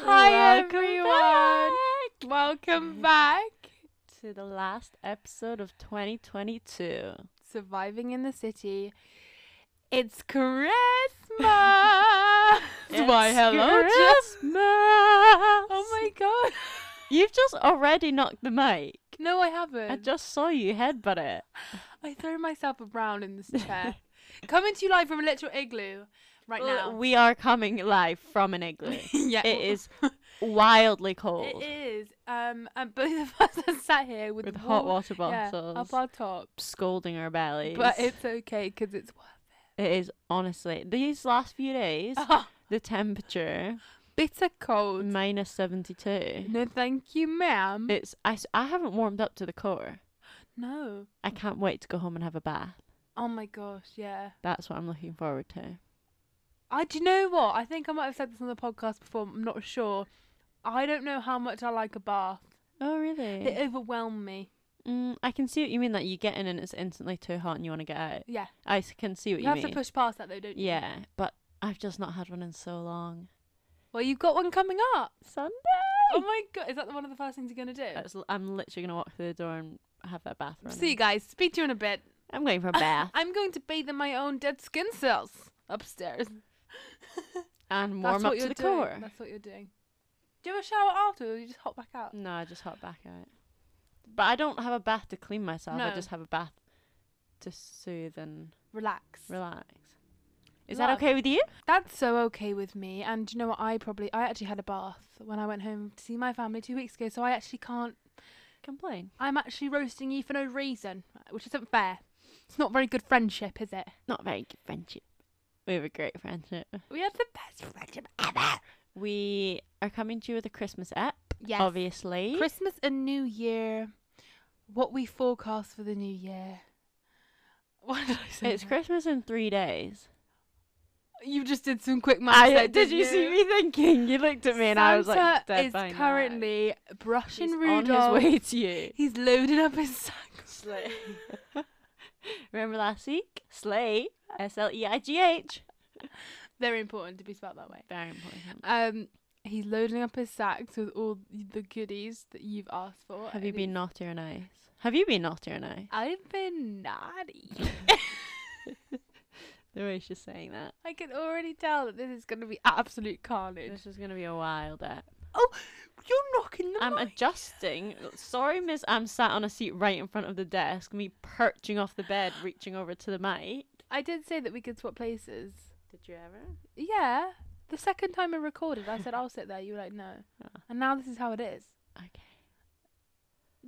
Hi Welcome everyone. Mm. Welcome back. to the last episode of 2022. Ah, Surviving in the city. It's Christmas. Why It's hello. Jess. Christmas. Oh my god. You've just already knocked the mic. No, I haven't. I I, just saw you headbutt it. threw myself around in this chair. Coming to you live from a literal igloo right Well, now. We are coming live from an igloo. yeah. it is wildly cold It is. Um, and both of us are sat here with, with hot warm- water yeah, bottles up our top. scolding our bellies. But it's okay because it's worth it is honestly these last few days it. the temperature bitter cold. minus 72. No, thank you, ma'am. It's I, s- I haven't warmed up to the core. no. I can't wait to go home and have a bath. Oh my gosh, yeah. That's what I'm looking forward to. I do you know what? I think I might have said this on the podcast before. I'm not sure. I don't know how much I like a bath. Oh really? They overwhelm me. Mm, I can see what you mean. That you get in and it's instantly too hot and you want to get out. Yeah, I s- can see what you, you, have mean. to push past that though, don't you? yeah, but I've just not had one in so long. Well, you've got one coming up. Sunday. Oh my god, is that one of the first things you're gonna do? That's l- I'm literally gonna walk through the door and have that bath run. See you guys. Speak to you in a bit. I'm going for a bath I'm going to bathe in my own dead skin cells upstairs. and That's warm up what to you're the doing. core. That's what you're doing. Do you have a shower after, or you just hop back out? No, I just hop back out. But I don't have a bath to clean myself. I No. just have a bath to soothe and Relax. relax. Is Love. that okay with you? That's so okay with me. And do you know what? I probably I actually had a bath when I went home to see my family two weeks ago, so I actually can't. Complain. I'm actually roasting you for no reason, which isn't fair. It's not very good friendship, is it? Not very good friendship. We have a great friendship. We had the best friendship ever. We are coming to you with a Christmas app, Yes. obviously. Christmas and New Year. What we forecast for the new year. What did I say? it's Christmas in three days. You just did some quick math. I, there, did didn't you see me thinking? You looked at me and I was like, Santa dead is by now. currently He's brushing on his Rudolph. way to you. He's loading up his sack. Slay. Remember last week? Slay. S L E I G H. Very important to be spelled that way. Very important. Um, he's loading up his sacks with all the goodies that you've asked for. Have you and been he's- naughty or nice? Have you been naughty or nice? I've been naughty. The way she's saying that. I can already tell that this is going to be absolute carnage. This is going to be a wild app. Oh, you're knocking the I'm mic. adjusting. Sorry, miss. I'm sat on a seat right in front of the desk, me perching off the bed, reaching over to the mic. I did say that we could swap places. Did you ever? Yeah. The second time I recorded, I said I'll sit there. You were like, no. Ah. And now this is how it is. Okay.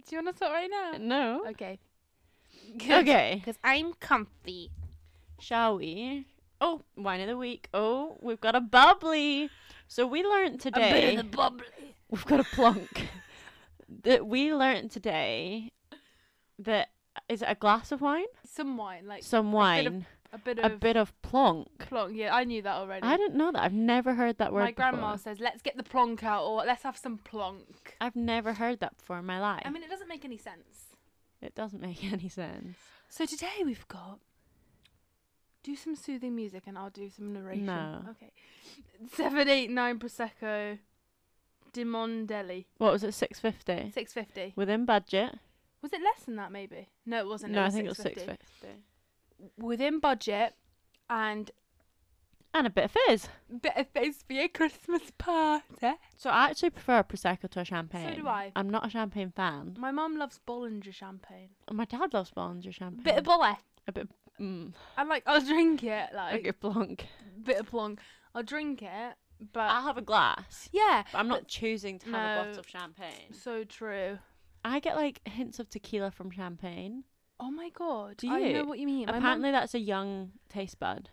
Do you want to start right now? No. Okay. Okay. Because I'm comfy. Shall we? Oh, wine of the week. Oh, we've got a bubbly. So we learned today. the bubbly. we've got a plonk. that we learned today that is it a glass of wine? Some wine, like Some bit of- wine. a bit A of, bit of plonk. plonk. Yeah, I knew that already. I didn't know that. I've never heard that word. My grandma before. says, "Let's get the plonk out," or "Let's have some plonk." I've never heard that before in my life. I mean, it doesn't make any sense. It doesn't make any sense. So today we've got do some soothing music, and I'll do some narration. No. Okay. Seven, eight, nine prosecco, Dimondelli, What was it? Six fifty six fifty. within budget. Was it less than that? Maybe. No, it wasn't. no, it I was think it was six 650. fifty Within budget, and and a bit of fizz. bit of face for your Christmas party. So I actually prefer a prosecco to a champagne. do I. I'm not a champagne fan. My mum loves Bollinger champagne. And My dad loves Bollinger champagne. Mm. Bit of Bolle. a bit. Mm, I'm like, I'll drink it. Like, like a blanc. bit of plonk. I'll drink it, but I'll have a glass. yeah, But I'm not choosing to have a uh, No. bottle of champagne. so true. I get like hints of tequila from champagne. Oh my god, Do I know you? what you mean. My mum- Apparently, that's a young taste bud.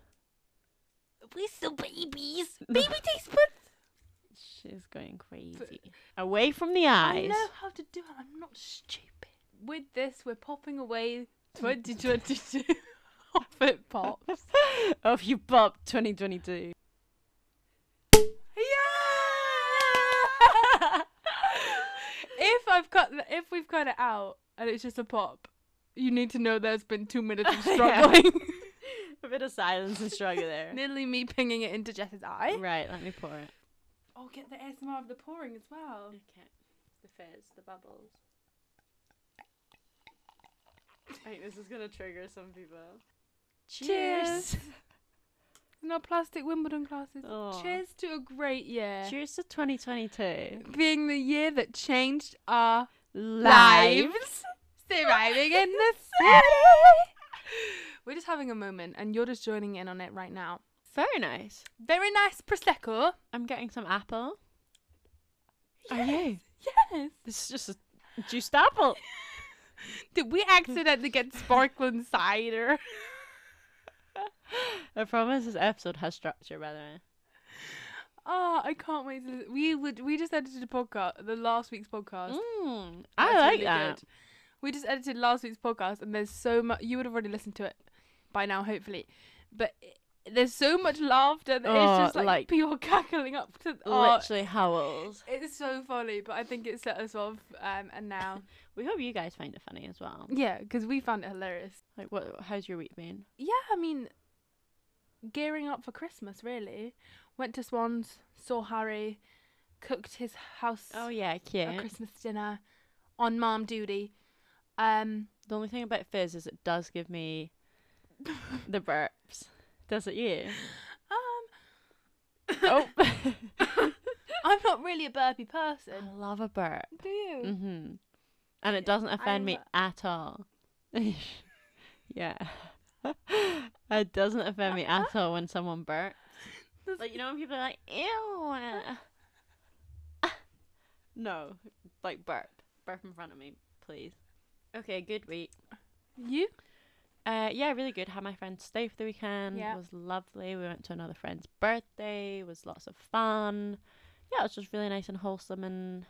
we're still babies, baby taste buds. She's going crazy. Away from the eyes. I know how to do it. I'm not stupid. With this, we're popping away 2022 off it pops. of you pop 2022. Yeah! if I've cut, the- if we've cut it out and it's just a pop, you need to know there's been two minutes of Yeah. struggling. A bit of silence and struggle there. Nearly me pinging it into Jess's eye. right, let me pour it. Oh, get the ASMR of the pouring as well. Okay. The fizz, the bubbles. I think this is gonna trigger some people. Cheers. In our plastic Wimbledon classes. Aw. Cheers to a great year. Cheers to 2022. Being the year that changed our Lives. Surviving in the city. We're just having a moment and you're just joining in on it right now. Very nice. Very nice Prosecco. I'm getting some apple. Yes, you? Yes. This is just a juiced apple. Did we accidentally get sparkling cider? I promise this episode has structure, by the way. Oh, I can't wait to. We would. We just edited a podcast, the last week's podcast. Mm, That's I like really that. good. We just edited last week's podcast, and there's so much. You would have already listened to it by now, hopefully, but i- there's so much laughter that Oh, it's just like, like- people cackling up to. Oh, Literally howls. it's so funny, but I think it set us off. Um, and now, We hope you guys find it funny as well. yeah, because we found it hilarious. Like, what? How's your week been? Yeah, I mean, gearing up for Christmas, really. Went to Swans, saw Harry, cooked his house Oh yeah, a cute. Christmas dinner on mom duty. Um, The only thing about fizz is it does give me the burps. Does it you? um, Oh, I'm not really a burpy I person. love a burp. Do you? Mm-hmm. And it doesn't offend me I'm- at all. yeah. it doesn't offend me at all when someone burps. That's- Like you know when people are like, ew uh, No. Like burp. Burp in front of me, please. Okay, good week. You? Uh yeah, really good. Had my friends stay for the weekend. Yeah. was lovely. We went to another friend's birthday, was lots of fun. Yeah, it was just really nice and wholesome and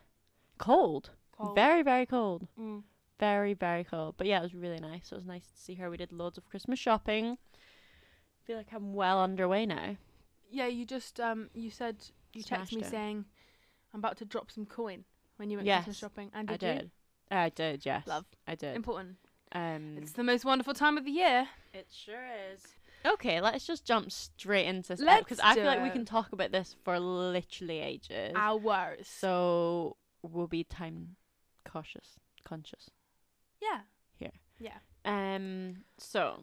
cold. Very, very cold. Mm. Very, very cold. But yeah, it was really nice. It was nice to see her. We did loads of Christmas shopping. feel like I'm well underway now. Yeah, you just um, you said you Smashed texted me it. saying I'm about to drop some coin when you went Yes, Christmas shopping, and did, I did. I did, yes. Love. I you? did. Important. Um, It's the most wonderful time of the year. it sure is. Okay, let's just jump straight into this because Let's I do feel like we it. can talk about this for literally ages. Hours. So we'll be time cautious, conscious. yeah. Um, so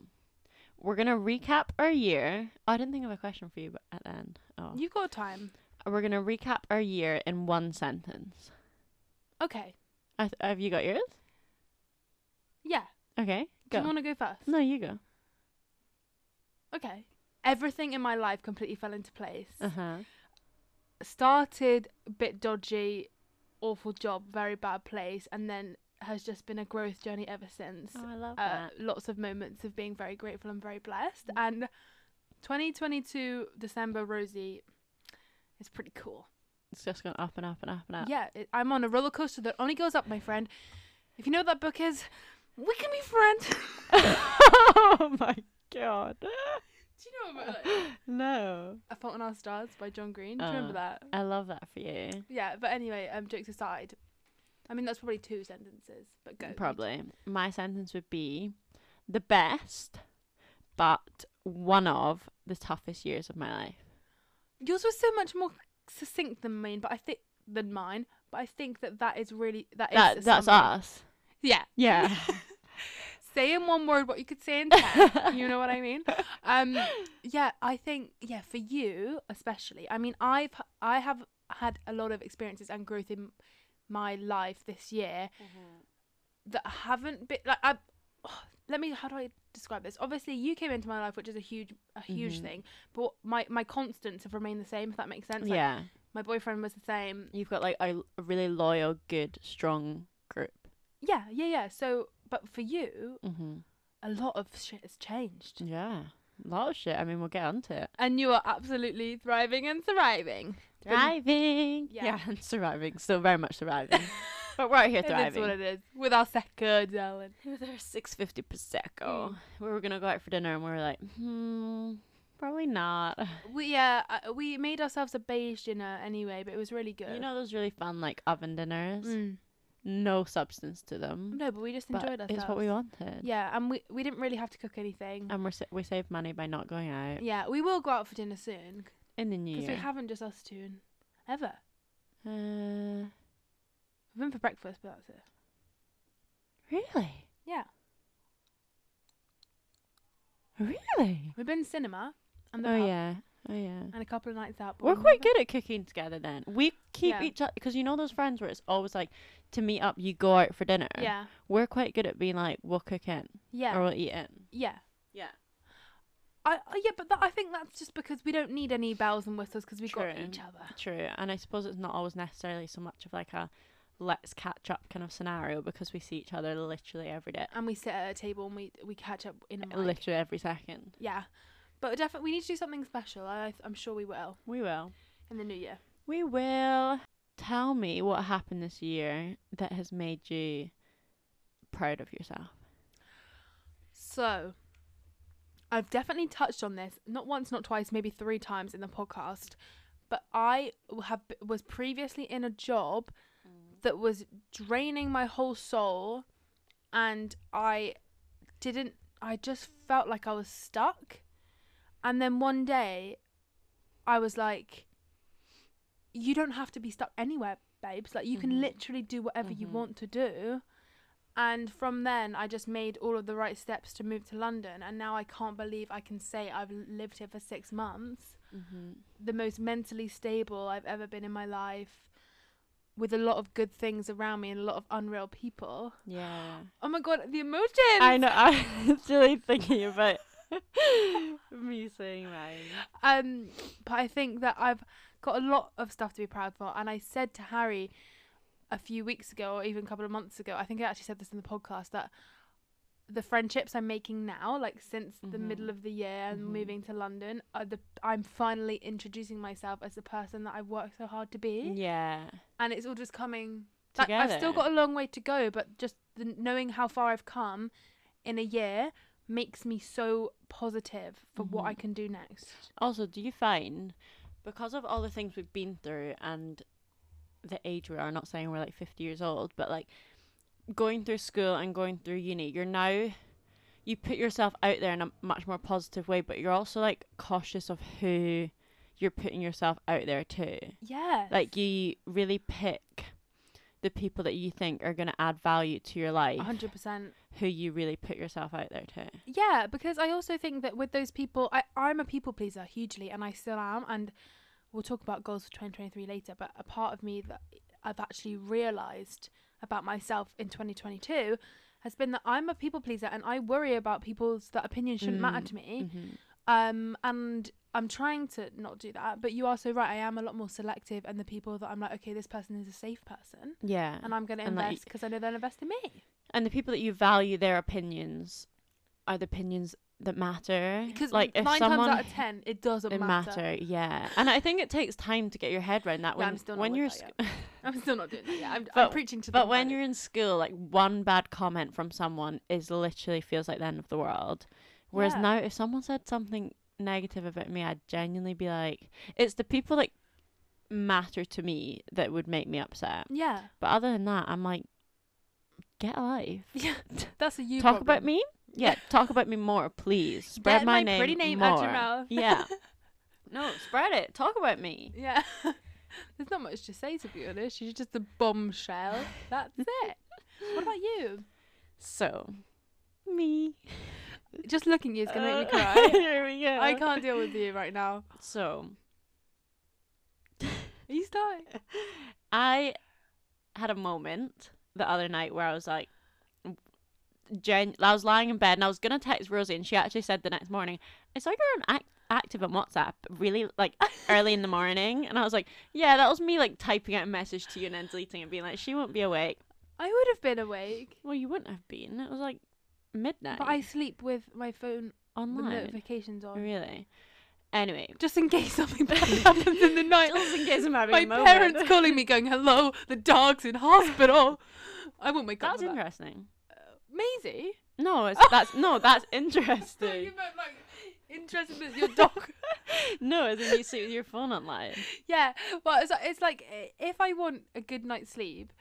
we're gonna recap our year. Oh, I didn't think of a question for you, but at the end. Oh. You got time. We're gonna recap our year in one sentence. Okay. I th- have you got yours? Yeah. Okay, Do go. you want to go first? no, you go. Okay. Everything in my life completely fell into place. Uh huh. Started a bit dodgy, awful job, very bad place, and then has just been a growth journey ever since. Oh, I love Uh, that. Mm. lots of moments of being very grateful and very blessed. And 2022 December, Rosie, is pretty cool. It's just gone up and up and up and up. Yeah, it, I'm on a roller coaster that only goes up, my friend. If you know what that book is, we can be friends. oh my god. Do you know what book that is? No. A Fault in Our Stars by John Green. Do you remember Uh, that? I love that for you. Yeah, but anyway, um, jokes aside, I mean that's probably two sentences, but go. you Probably. My sentence would be the best, but one of the toughest years of my life. do. Yours was so much more succinct than mine, but I think than mine. But I think that that is really that is That, a that's summary. us. Yeah, Yeah. say in one word what you could say in ten. you know what I mean? Um, yeah, I think yeah for you especially. I mean, I've I have had a lot of experiences and growth in my life this year that haven't been like I. let me. How do I describe this? Obviously, you came into my life, which is a huge, a huge Mhm. thing. But my my constants have remained the same. If that makes sense. Like, yeah. my boyfriend was the same. You've got like a, a really loyal, good, strong group. Yeah, yeah, yeah. So, but for you, Mm-hmm. a lot of shit has changed, Yeah. A lot of shit. I mean, we'll get onto it. and you are absolutely thriving and thriving. But- Thriving. Yeah. Yeah. and surviving. Still very much surviving. but we're out here It is thriving. what it is. With our second, Ellen. There's six fifty prosecco. Mm. We were gonna go out for dinner, and we were like, hmm, probably not. We uh, uh, we made ourselves a beige dinner anyway, but it was really good. You know those really fun like oven dinners? Mm. No substance to them, no, but we just but enjoyed ourselves. it's what we wanted. Oh, Yeah, and we we didn't really have to cook anything. And we're sa- we saved money by not going out Yeah, we will go out for dinner soon in the new because year. we haven't just us two. and- ever. Uh, I've been for breakfast, but that's it. really? Yeah. Really? We've been cinema and the Oh pub yeah. Oh yeah. and a couple of nights out. but We're we quite never- good at cooking together then. We keep Oh Yeah. each other because you know those friends where it's always like to meet up, you go out for dinner. Yeah. We're quite good at being like, we'll cook in Yeah. or we'll eat in. yeah. Yeah. I, I yeah, but that, I think that's just because we don't need any bells and whistles because we got True. each other. True. And I suppose it's not always necessarily so much of like a let's catch up kind of scenario because we see each other literally every day. And we sit at a table and we we catch up in a mic. Literally every second. Yeah. But definitely, we need to do something special. I, I- I'm sure we will We will. in the new year. We will. Tell me what happened this year that has made you proud of yourself. So, I've definitely touched on this not once, not twice, maybe three times in the podcast, but I have was previously in a job that was draining my whole soul, and I didn't. I just felt like I was stuck, and then one day, I was like, "You don't have to be stuck anywhere, babes. Like you can Mhm. literally do whatever you Mhm. want to do." And from then, I just made all of the right steps to move to London. And now I can't believe I can say I've lived here for six months. Mm-hmm. The most mentally stable I've ever been in my life, with a lot of good things around me and a lot of unreal people. Yeah. Oh my god, the emotions! I know. I'm really thinking about me saying mine. Um, but I think that I've got a lot of stuff to be proud for. And I said to Harry a few weeks ago, or even a couple of months ago, I think I actually said this in the podcast that the friendships I'm making now, like since the Mhm. middle of the year and Mhm. moving to London, are the I'm finally introducing myself as the person that I've worked so hard to be, Yeah. and it's all just coming. Like, I've still Together. got a long way to go, but just the, knowing how far I've come in a year makes me so positive for what I Mhm. can do next. Also, do you find because of all the things we've been through and the age we are, not saying we're like 50 years old, but like going through school and going through uni, you're now you put yourself out there in a much more positive way, but you're also like cautious of who you're putting yourself out there to. Yeah. Like you really pick the people that you think are going to add value to your life, hundred percent. who you really put yourself out there to. Yeah, because I also think that with those people, I I'm a people pleaser hugely, and I still am. And we'll talk about goals for 2023 later. But a part of me that I've actually realized about myself in 2022 has been that I'm a people pleaser, and I worry about people's that opinions shouldn't matter Mm, to me. Mm-hmm. Um, and I'm trying to not do that. But you are so right. I am a lot more selective, and the people that I'm like, okay, this person is a safe person, Yeah. and I'm going to And, like, invest because I know they'll invest in me. and the people that you value their opinions are the opinions that matter. Because like if nine someone times out of ten, it doesn't it matter, yeah. And I think it takes time to get your head around that Yeah, when I'm still not when with you're that sc- I'm still not doing that. Yeah, I'm, I'm But- preaching to the but when you're in school, like one bad comment from someone is literally feels like the end of the world. Whereas Yeah. now, if someone said something negative about me, I'd genuinely be like, it's the people that matter to me that would make me upset. yeah, But other than that, I'm like, get a life. yeah, that's a you talk about problem. me. Yeah, talk about me more, please. Spread Get my, my name pretty name more. out your mouth. yeah. No, spread it. Talk about me. Yeah, there's not much to say to be honest. She's just a bombshell. That's it. what about you? So, me. Just looking at you is gonna make me Uh, cry. Here we go. I can't deal with you right now. So, Are you starting? I had a moment the other night where I was like, gen- I was lying in bed and I was gonna text Rosie, and she actually said the next morning, "I saw you were on act- active on WhatsApp really like early in the morning," and I was like, "Yeah, that was me like typing out a message to you and then deleting it, being like, she won't be awake." I would have been awake, Well, you wouldn't have been. It was like midnight. but I sleep with my phone with online. notifications on, Really. Anyway, just in case something bad happens in the night. just in case I'm having my a moment. parents calling me, going, "Hello, the dog's in hospital." I won't wake up. That's for that. interesting. Maisie. No, it's, that's no, that's interesting. meant like interested in your dog. no, as in you see with your phone online. yeah, well, it's, it's like i- if I want a good night's sleep,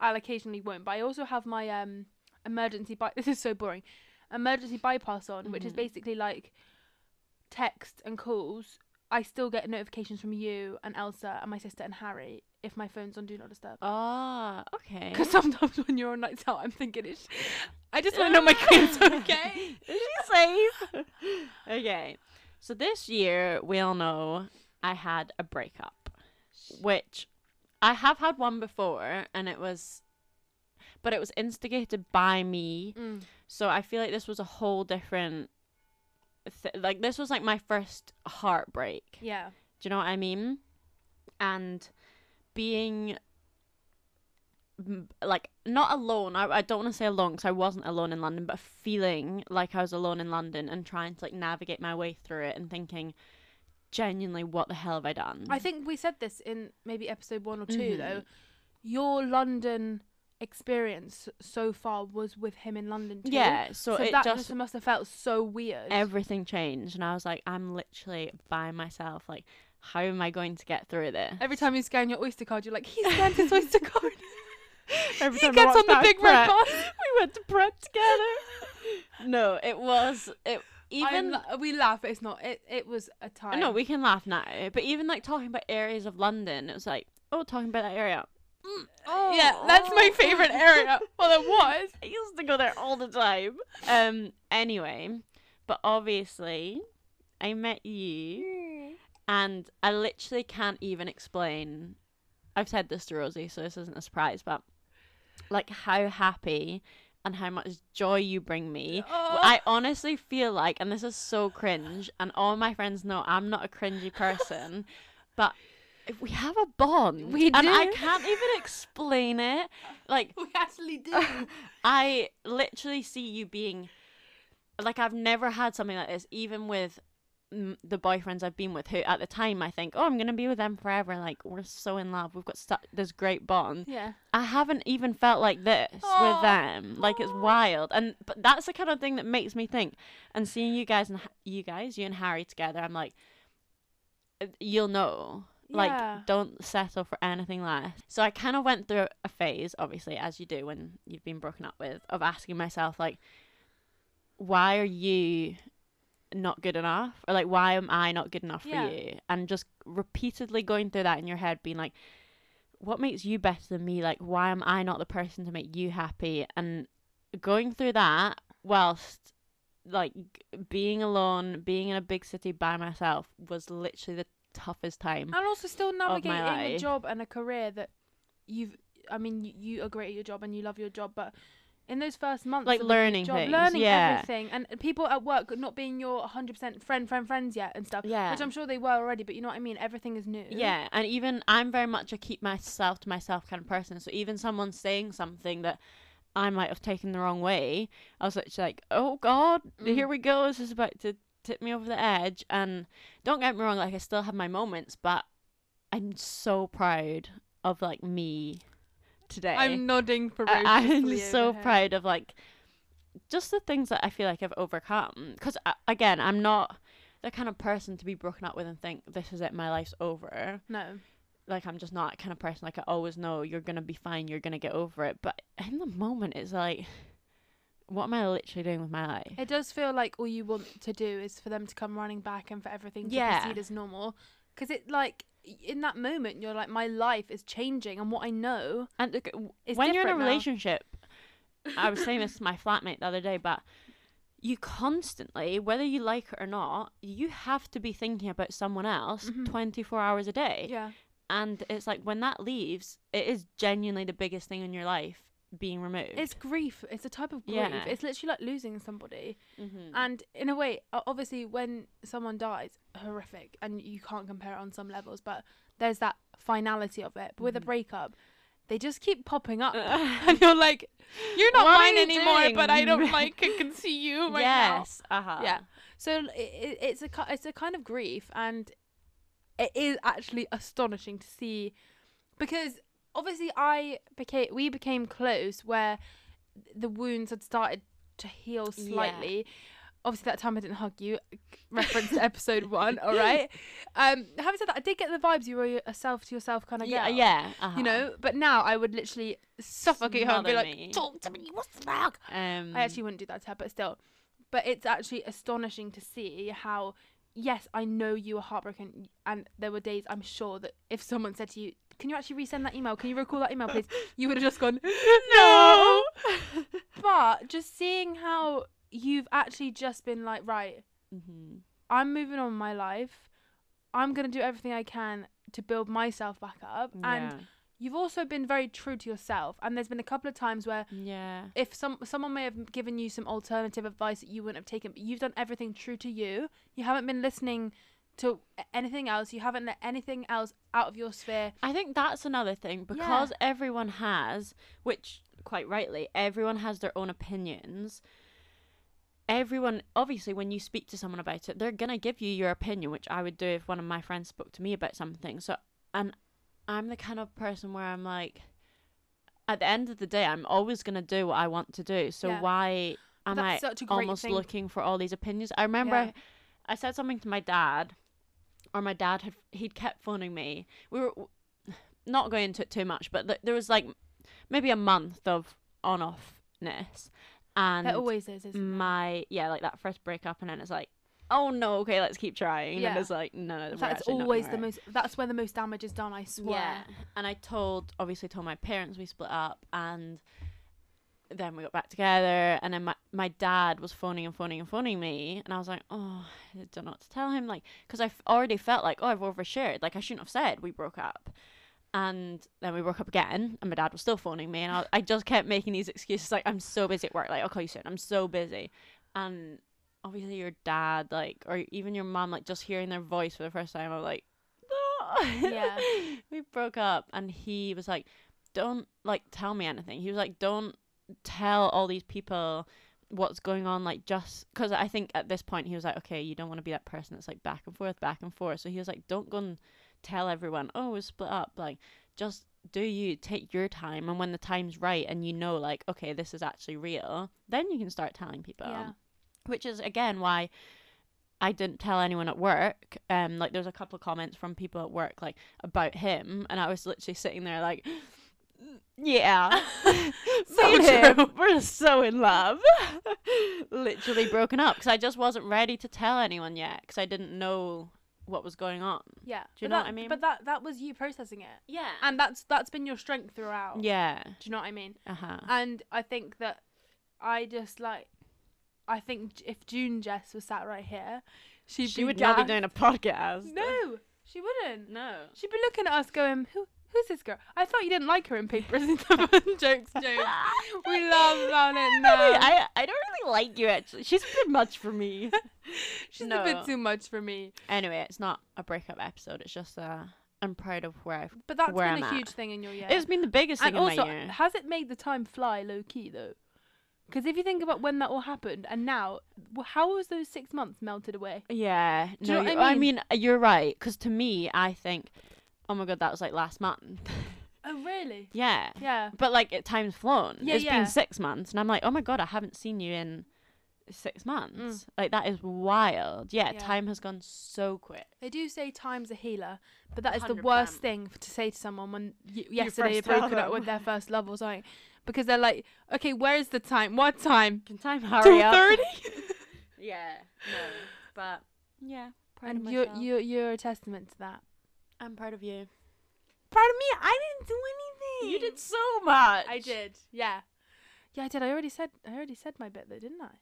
I'll occasionally won't. But I also have my um emergency by. This is so boring. Emergency bypass on, which is Mhm. basically like text and calls I still get notifications from you and Elsa and my sister and Harry if my phone's on Do Not Disturb. Ah, okay. Because sometimes when you're on nights out, I'm thinking, is she... I just want to know my kids okay. Is she safe? okay. So this year, we all know I had a breakup, which I have had one before, and it was, but it was instigated by me. Mm. So I feel like this was a whole different, th- like this was like my first heartbreak. Yeah. Do you know what I mean? And being m- like not alone i, I don't want to say alone because i wasn't alone in london but feeling like i was alone in london and trying to like navigate my way through it and thinking genuinely what the hell have i done I think we said this in maybe episode one or 2 Mhm. though. Your London experience so far was with him in London too. yeah so, So, it that just just must have felt so weird. everything changed and i was like i'm literally by myself like how am i going to get through this Every time you scan your Oyster card, you're like, he scanned his Oyster card. Every he time I gets watch on the that big prep, red bus. we went to prep together no it was it even Even we laugh, but it's not. It it was a time. No, we can laugh now. But even like talking about areas of London, it was like, oh, talking about that area. Mm, oh, yeah, that's my oh. favorite area. Well, it was. I used to go there all the time. Um. Anyway, but obviously, I met Hmm. you, and I literally can't even explain. I've said this to Rosie, so this isn't a surprise, but like how happy and how much joy you bring me. Oh. I honestly feel like, and this is so cringe, and all my friends know I'm not a cringy person, but we have a bond. We And I do. can't even explain it. Like, We actually did. I literally see you being like I've never had something like this, even with mm, the boyfriends I've been with. Who at the time I think, oh, I'm gonna be with them forever. Like we're so in love, we've got stuck this great bond. yeah. I haven't even felt like this Aw. with them. Like it's Aw. wild, and but that's the kind of thing that makes me think. And seeing you guys and Ha- you guys, you and Harry together, I'm like, uh, you'll know. Yeah. Like, don't settle for anything less. So I kind of went through a phase, obviously, as you do when you've been broken up with, of asking myself like, why are you not good enough, or like, why am I not good enough Yeah. for you? And just repeatedly going through that in your head, being like what makes you better than me? Like, why am I not the person to make you happy? And going through that whilst like g- being alone, being in a big city by myself was literally the toughest time. And also still navigating a life. job and a career that you've. I mean, you, you are great at your job and you love your job, but in those first months, Like of a new learning job, things, learning yeah. everything, and people at work not being your 100% friend, friend, friends yet and stuff. Yeah. Which I'm sure they were already, but you know what I mean. Everything is new. Yeah, and even I'm very much a keep myself to myself kind of person. So even someone saying something that I might have taken the wrong way, I was literally like, "Oh God, Mm. here we go! This is about to tip me over the edge." And don't get me wrong, like I still have my moments, but I'm so proud of like me today. I'm nodding I- ferociously. I'm so over here. proud of like just the things that I feel like I've overcome. Because again, I'm not the kind of person to be broken up with and think this is it, my life's over No. like I'm just not that kind of person. Like I always know you're gonna be fine, you're gonna get over it. But in the moment, it's like, what am I literally doing with my life? It does feel like all you want to do is for them to come running back and for everything to Yeah. proceed as normal. Because it like y- in that moment you're like, my life is changing, and what I know. And look, w- It's when you're in a different now. relationship, I was saying this to my flatmate the other day, but you constantly, whether you like it or not, you have to be thinking about someone else Mhm. 24 hours a day. Yeah. And it's like when that leaves, it is genuinely the biggest thing in your life being removed. It's grief. It's a type of grief. Yeah. It's literally like losing somebody. Mhm. And in a way, o- obviously, when someone dies, horrific, and you can't compare it on some levels, but there's that finality of it. But with a Mhm. breakup, they just keep popping up. and you're like, you're not What are mine you anymore, but I don't doing?" like I can see you right now. yes. Uh-huh. Yeah. So l- i i it's a ki- it's a kind of grief, and it is actually astonishing to see, because obviously I became we became close where the wounds had started to heal Yeah. slightly. Obviously, that time I didn't hug you. Reference to episode one. All right. Um, having said that, I did get the vibes you were a self to yourself kind of yeah, girl. yeah. Uh-huh. You know, but now I would literally suffocate her and be Smother like, me. "Talk to me, what's the matter?" Um, I actually wouldn't do that to her, but still. But it's actually astonishing to see how yes, I know you were heartbroken, and there were days I'm sure that if someone said to you, "Can you actually resend that email? Can you recall that email, please?" you would have just gone, "No." but just seeing how you've actually just been like, right, mm-hmm. I'm moving on with my life. I'm gonna do everything I can to build myself back up, and you've also been very true to yourself. And there's been a couple of times where yeah, if some someone may have given you some alternative advice that you wouldn't have taken, but you've done everything true to you. You haven't been listening to a- anything else. You haven't let anything else out of your sphere. I think that's another thing because everyone has, which quite rightly, everyone has their own opinions. Everyone, obviously, when you speak to someone about it, they're gonna give you your opinion, which I would do if one of my friends spoke to me about something. So, and I'm the kind of person where I'm like, at the end of the day, I'm always gonna do what I want to do. So Yeah. why am I That's such a great almost thing. looking for all these opinions. I remember Yeah. I, I said something to my dad, or my dad had he'd kept phoning me. We were not going into it too much, but th- there was like maybe a month of on offness, and mm, There always is, isn't there? my yeah like that first breakup, and then it's like oh no, okay, let's keep trying, and Yeah. it's like no, we're That's actually not always the alright." most. That's where the most damage is done. I swear. Yeah. And I told, obviously, told my parents we split up and then we got back together. And then my, my dad was phoning and phoning and phoning me. And I was like, oh, I don't know what to tell him. Like, because I f- already felt like, oh, I've overshared. Like, I shouldn't have said we broke up. And then we broke up again, and my dad was still phoning me. And I, I just kept making these excuses like, I'm so busy at work. Like, I'll call you soon. I'm so busy. And obviously, your dad, like, or even your mom, like, just hearing their voice for the first time, I'm like, no. Yeah. we broke up and he was like don't like tell me anything he was like don't tell all these people what's going on like just because i think at this point he was like okay you don't want to be that person that's like back and forth back and forth so he was like don't go and tell everyone oh we're split up like just do you take your time and when the time's right and you know like okay this is actually real then you can start telling people Yeah. which is again why I didn't tell anyone at work. Um, like there was a couple of comments from people at work like about him, and I was literally sitting there like, yeah, So me too. true. We're so in love. literally broken up because I just wasn't ready to tell anyone yet because I didn't know what was going on. Yeah. Do you But know what that- I mean? But that that was you processing it, Yeah. and that's that's been your strength throughout. yeah. Do you know what I mean? Uh huh. And I think that I just like. I think j- if June Jess was sat right here, she'd She would not be doing a podcast. No, she wouldn't. No. She'd be looking at us going, Who, who's this girl? I thought you didn't like her in Papers and Stuff. jokes, jokes. We love that it Really, now. I, I don't really like you actually. She's a bit much for me. She's No. a bit too much for me. Anyway, it's not a breakup episode. It's just uh, I'm proud of where I've. But that's Where I'm been a at. huge thing in your year. It's been the biggest and thing in also, uh, my year. has it made the time fly low key though? Because if you think about when that all happened and now, wh- how was those six months melted away? Yeah. Do you know no, what you- I I mean, uh, you're right. Because to me, I think, oh my god, that was like last month. Oh, really? yeah. Yeah. But like, it, time's flown. It's Yeah, yeah. been six months, and I'm like, oh my god, I haven't seen you in six months. Like that is wild. Yeah, Mm. Yeah. Time has gone so quick. They do say time's a healer, but that is the 100%. worst thing f- to say to someone when y- yesterday first they've broken tell up with them. their first love or something. Because they're like, okay, where is the time? What time? Can time hurry up? 2:30? Yeah. No. But yeah. Proud and of you're, myself. you're, you're a testament to that. I'm proud of you. Proud of me, I didn't do anything. You did so much. I did, yeah. Yeah, I did. I already said I already said my bit though, didn't I?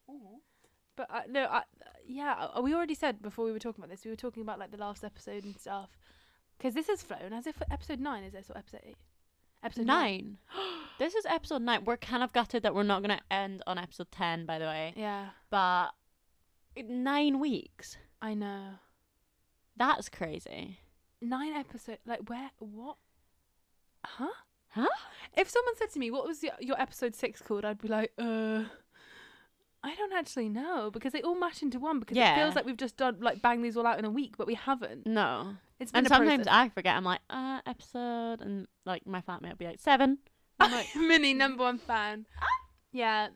But I, no, I, yeah, uh, we already said before we were talking about this. We were talking about like the last episode and stuff. Because this has flown as if episode nine is this or episode eight? Episode nine. this is episode nine. We're kind of gutted that we're not gonna end on episode ten, by the way. Yeah, But nine weeks. I know. That's crazy. Nine episode. Like where? What? Huh? Huh? If someone said to me, "What was your, your episode six called?" I'd be like, "Uh, I don't actually know," because they all mash into one. Because it Yeah. feels like we've just done like bang these all out in a week, but we haven't. No. It's been And a sometimes process. I forget. I'm like, uh, episode, and like my flatmate will be like seven. I'm like, mini number one fan. Mm. yeah,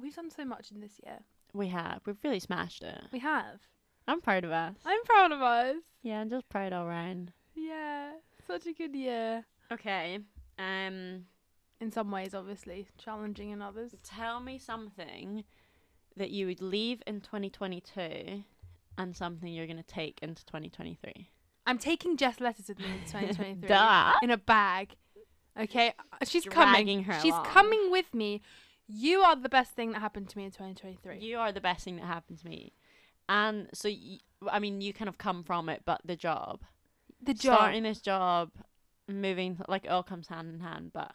we've done so much in this year. we have. We've really smashed it. We have. I'm proud of us. I'm proud of us. Yeah, I'm just proud all round. Yeah, such a good year. Okay. Um, In some ways, obviously challenging in others. tell me something that you would leave in 2022 and something you're gonna take into 2023. I'm taking Jess Letters with me in 2023 Duh. in a bag. Okay, uh, she's Dragging coming. her she's along. coming with me. You are the best thing that happened to me in 2023. You are the best thing that happened to me, and so y I I mean, you kind of come from it, but the job, the job, starting this job, moving like it all comes hand in hand. But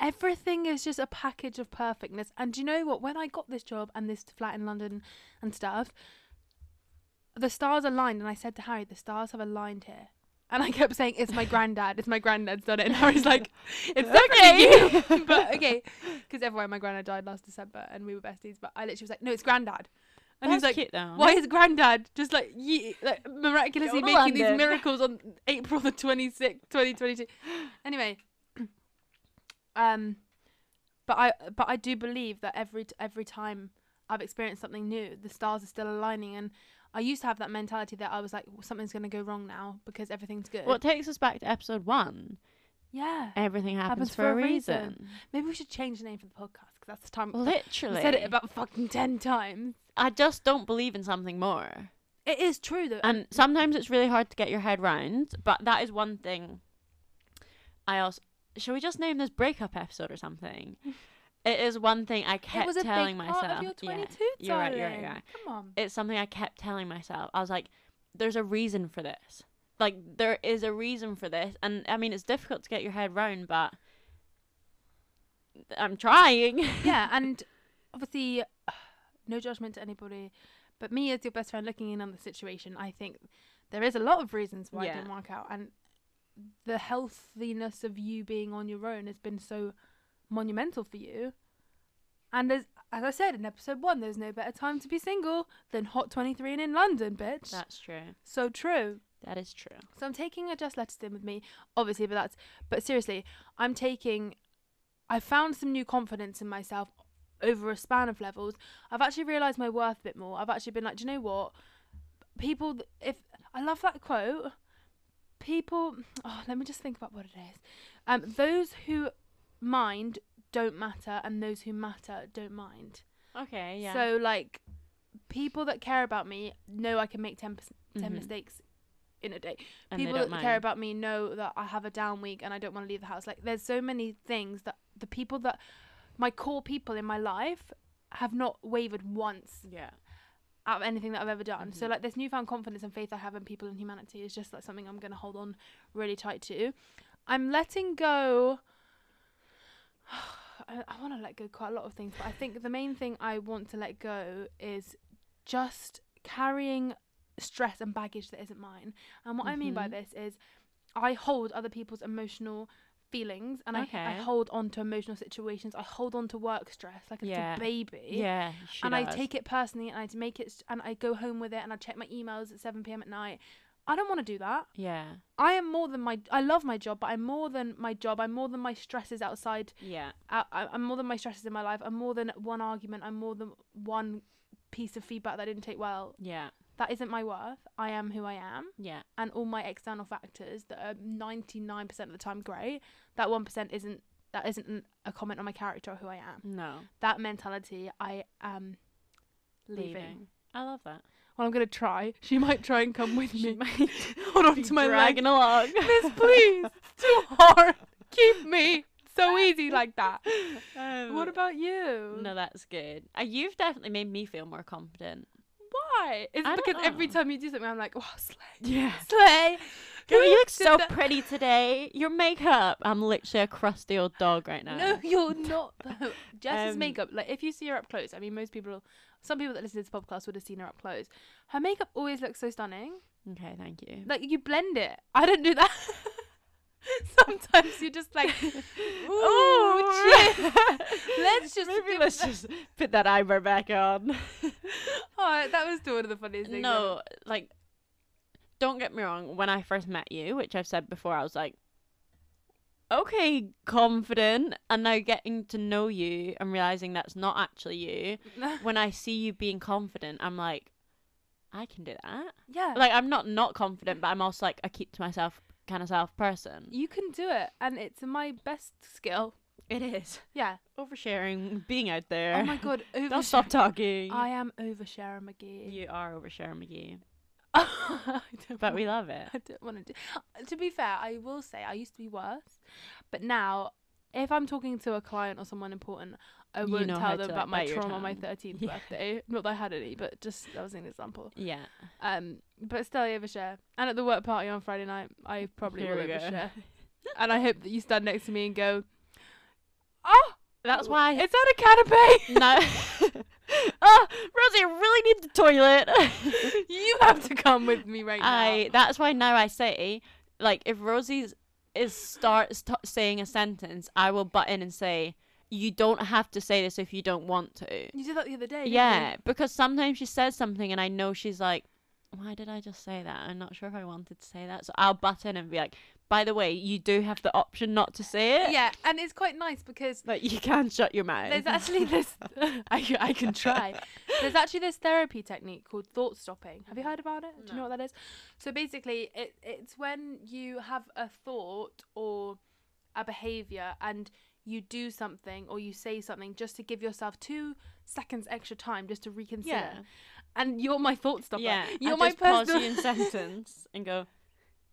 everything is just a package of perfectness. And do you know what? When I got this job and this flat in London and stuff, the stars aligned, and I said to Harry, "The stars have aligned here." And I kept saying, "It's my granddad. It's my granddad's done it." And Harry's like, "It's definitely you." but okay, because everywhere my granddad died last December and we were besties, but I literally was like, no, it's granddad. And he's That's like, cute though. why is granddad just like, ye- like miraculously Go to making these London. miracles on April the 26th, 2022? Anyway, um, but I but I do believe that every t- every time I've experienced something new, the stars are still aligning, and I used to have that mentality that I was like, well, something's gonna go wrong now because everything's good. What takes us back to episode one? Yeah, Everything happens, for, a reason. maybe we should change the name for the podcast because that's the time Literally, We said it about fucking ten times. I just don't believe in something more. It is true though. And sometimes it's really hard to get your head round, but that is one thing. I also shall we just name this breakup episode or something? It is one thing I kept it was a telling big myself. part of your Yeah, 22, you're right, you're right, darling. you're right. Come on. It's something I kept telling myself. I was like, "There's a reason for this. Like, there is a reason for this." And I mean, it's difficult to get your head round, but I'm trying. yeah, and obviously, no judgment to anybody, but me as your best friend looking in on the situation, I think there is a lot of reasons why Yeah. it didn't work out, and the healthiness of you being on your own has been so monumental for you. And as as I said in episode one, there's no better time to be single than hot 23 and in London, bitch. That's true. so true. That is true. So I'm taking a Just Lettuce in with me, obviously, but that's but seriously, I'm taking I found some new confidence in myself over a span of levels. I've actually realised my worth a bit more. I've actually been like, do you know what? People th- if I love that quote. People oh, let me just think about what it is. Um those who mind don't matter and those who matter don't mind. Okay. Yeah. So like people that care about me know I can make 10, 10 Mhm. mistakes in a day And they people don't that care mind. about me know that I have a down week and I don't want to leave the house. Like there's so many things that the people that my core people in my life have not wavered once Yeah. out of anything that I've ever done. So Mhm. like this newfound confidence and faith I have in people and humanity is just like something I'm gonna hold on really tight to. I'm letting go. I, I want to let go quite a lot of things, but I think the main thing I want to let go is just carrying stress and baggage that isn't mine. And what I mean by Mhm. this is I hold other people's emotional feelings and I, I Okay. hold on to emotional situations. I hold on to work stress like it's Yeah. a baby Yeah. she and I does. take it personally and I d- make it s- and I go home with it and I check my emails at 7 p.m. at night. I don't want to do that. Yeah. I am more than my I love my job, but I'm more than my job. I'm more than my stresses outside. Yeah. I, I- I'm more than my stresses in my life. I'm more than one argument. I'm more than one piece of feedback that I didn't take well. Yeah. That isn't my worth. I am who I am, Yeah. and all my external factors that are 99% of the time great. That 1% isn't that isn't an- a comment on my character or who I am. No. That mentality I am leaving. Leaving. I love that. Well, I'm gonna try. She might try and come with me. might Hold on to my leg. dragging along. Miss, please. It's too hard. Keep me. It's so easy like that. Um, What about you? No, that's good. Uh, you've definitely made me feel more confident. Why? Is I it don't because every know. time you do something, I'm like, "Oh, wow, slay, Yeah. slay. Girl, Who you look did so that? pretty today. Your makeup. I'm literally a crusty old dog right now. No, you're not. Though. Jess's Um, makeup, like if you see her up close, I mean, most people, some people that listen to this podcast would have seen her up close. Her makeup always looks so stunning. Okay, thank you. Like you blend it. I don't do that. Sometimes you just like, ooh, chin. Let's just Maybe give let's that- just put that eyebrow back on. Oh, that was still one of the funniest things. ever. no, like, don't get me wrong. When I first met you, which I've said before, I was like, okay, confident. And now getting to know you and realizing that's not actually you. When I see you being confident, I'm like, I can do that. yeah, Like, I'm not not confident, but I'm also like a keep to myself kind of self person. you can do it, and it's my best skill. It is. Yeah. Oversharing, being out there. Oh my god. Don't stop Overshare. talking. I am oversharing McGee. you are oversharing McGee. I don't But we love it. I don't want to do. uh, To be fair, I will say I used to be worse, but now if I'm talking to a client or someone important, I You wouldn't know how tell to, them like, about my bite your trauma on my tongue. 13th Yeah. birthday. Not that I had any, but just that was an example. Yeah. Um, but still, I overshare. And at the work party on Friday night, I probably Here will we go. overshare. and I hope that you stand next to me and go, "Oh, That's why. it's on a canopy. no. oh, Rosie, I really need the toilet. you have to come with me right now." I. That's why now I say, like, if Rosie's is starts t- saying a sentence, I will butt in and say, "You don't have to say this if you don't want to." You did that the other day. didn't you? Yeah, because sometimes she says something and I know she's like, why did I just say that? I'm not sure if I wanted to say that. So I'll butt in and be like, by the way, you do have the option not to say it. Yeah, and it's quite nice because Like, you can shut your mouth. There's actually this. I, I can try. There's actually this therapy technique called thought stopping. Have you heard about it? Do you know what that is? So basically, it, it's when you have a thought or a behavior and you do something or you say something just to give yourself two seconds extra time just to reconsider. Yeah. And you're my thought stopper. Yeah. You're I my just pause personal. you in sentence and go,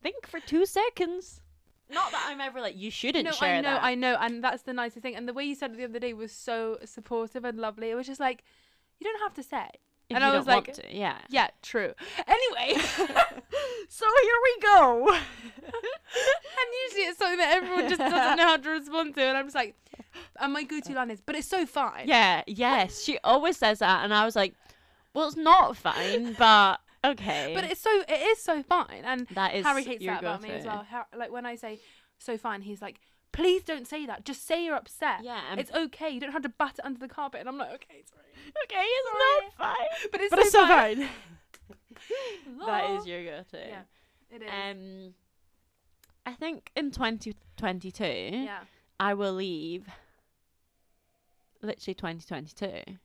think for two seconds. Not that I'm ever like, you shouldn't no, share I know, that. I know, and that's the nicest thing. And the way you said it the other day was so supportive and lovely. It was just like, you don't have to say. if and you I don't was like, want to. Yeah. Yeah, true. Anyway, so here we go. and usually it's something that everyone just doesn't know how to respond to, and I'm just like, and my go-to line is, "But it's so fine." Yeah, yes. She always says that and I was like, Well it's not fine, but okay. But it's so it is so fine, and that is Harry hates your that about me go-to. as well. Har like when I say "so fine," he's like, "Please don't say that. Just say you're upset. Yeah, and It's okay. You don't have to bat it under the carpet." And I'm like, "Okay, sorry." okay, it's not fine. But it's But so it's so fine. fine. that Lol. is your go to. Yeah, It is. Um I think in twenty twenty two yeah. I will leave literally twenty twenty two.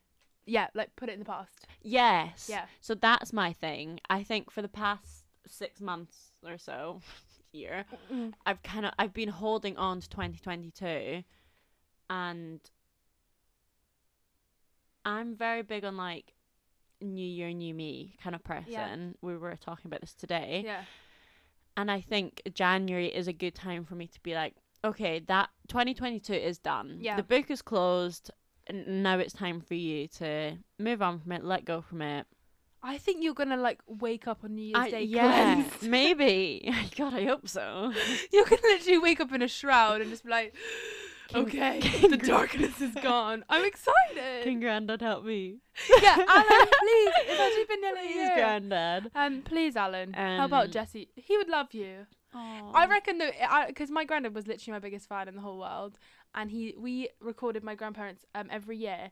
Yeah. Like put it in the past. Yes. Yeah. So that's my thing. I think for the past six months or so, year, Mm. I've kind of I've been holding on to 2022, and I'm very big on like new year, new me kind of person. We were talking about this today, Yeah. and I think January is a good time for me to be like, okay, that 2022 is done. Yeah. The book is closed. And now it's time for you to move on from it, let go from it, I think you're gonna like wake up on New Year's I- Day. yeah, cleansed. maybe. God, I hope so. You can literally wake up in a shroud and just be like, King- okay, King the Gr- darkness is gone. I'm excited. Can Grandad help me? Yeah, Alan, please. It's actually been nearly a Please, year. Grandad. Um, please, Alan. How about Um, Jesse? He would love you. I reckon though, because my granddad was literally my biggest fan in the whole world, and he we recorded my grandparents um every year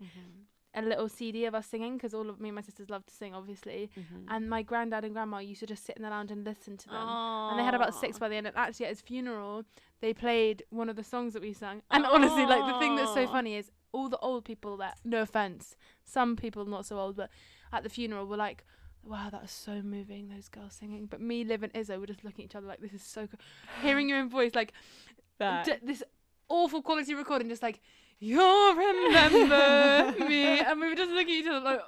a little CD of us singing because all of me and my sisters love to sing, obviously. Mm-hmm. And my granddad and grandma used to just sit in the lounge and listen to them. and they had about six by the end. And actually, at his funeral, they played one of the songs that we sang. And honestly, like the thing that's so Aw. funny is all the old people that, no offense, some people not so old, but at the funeral were like, wow, that was so moving, those girls singing. But me, Liv, and Izzo were just looking at each other like, this is so good. Hearing your own voice, like d- this awful quality recording, just like, you'll remember me. And we were just looking at each other like,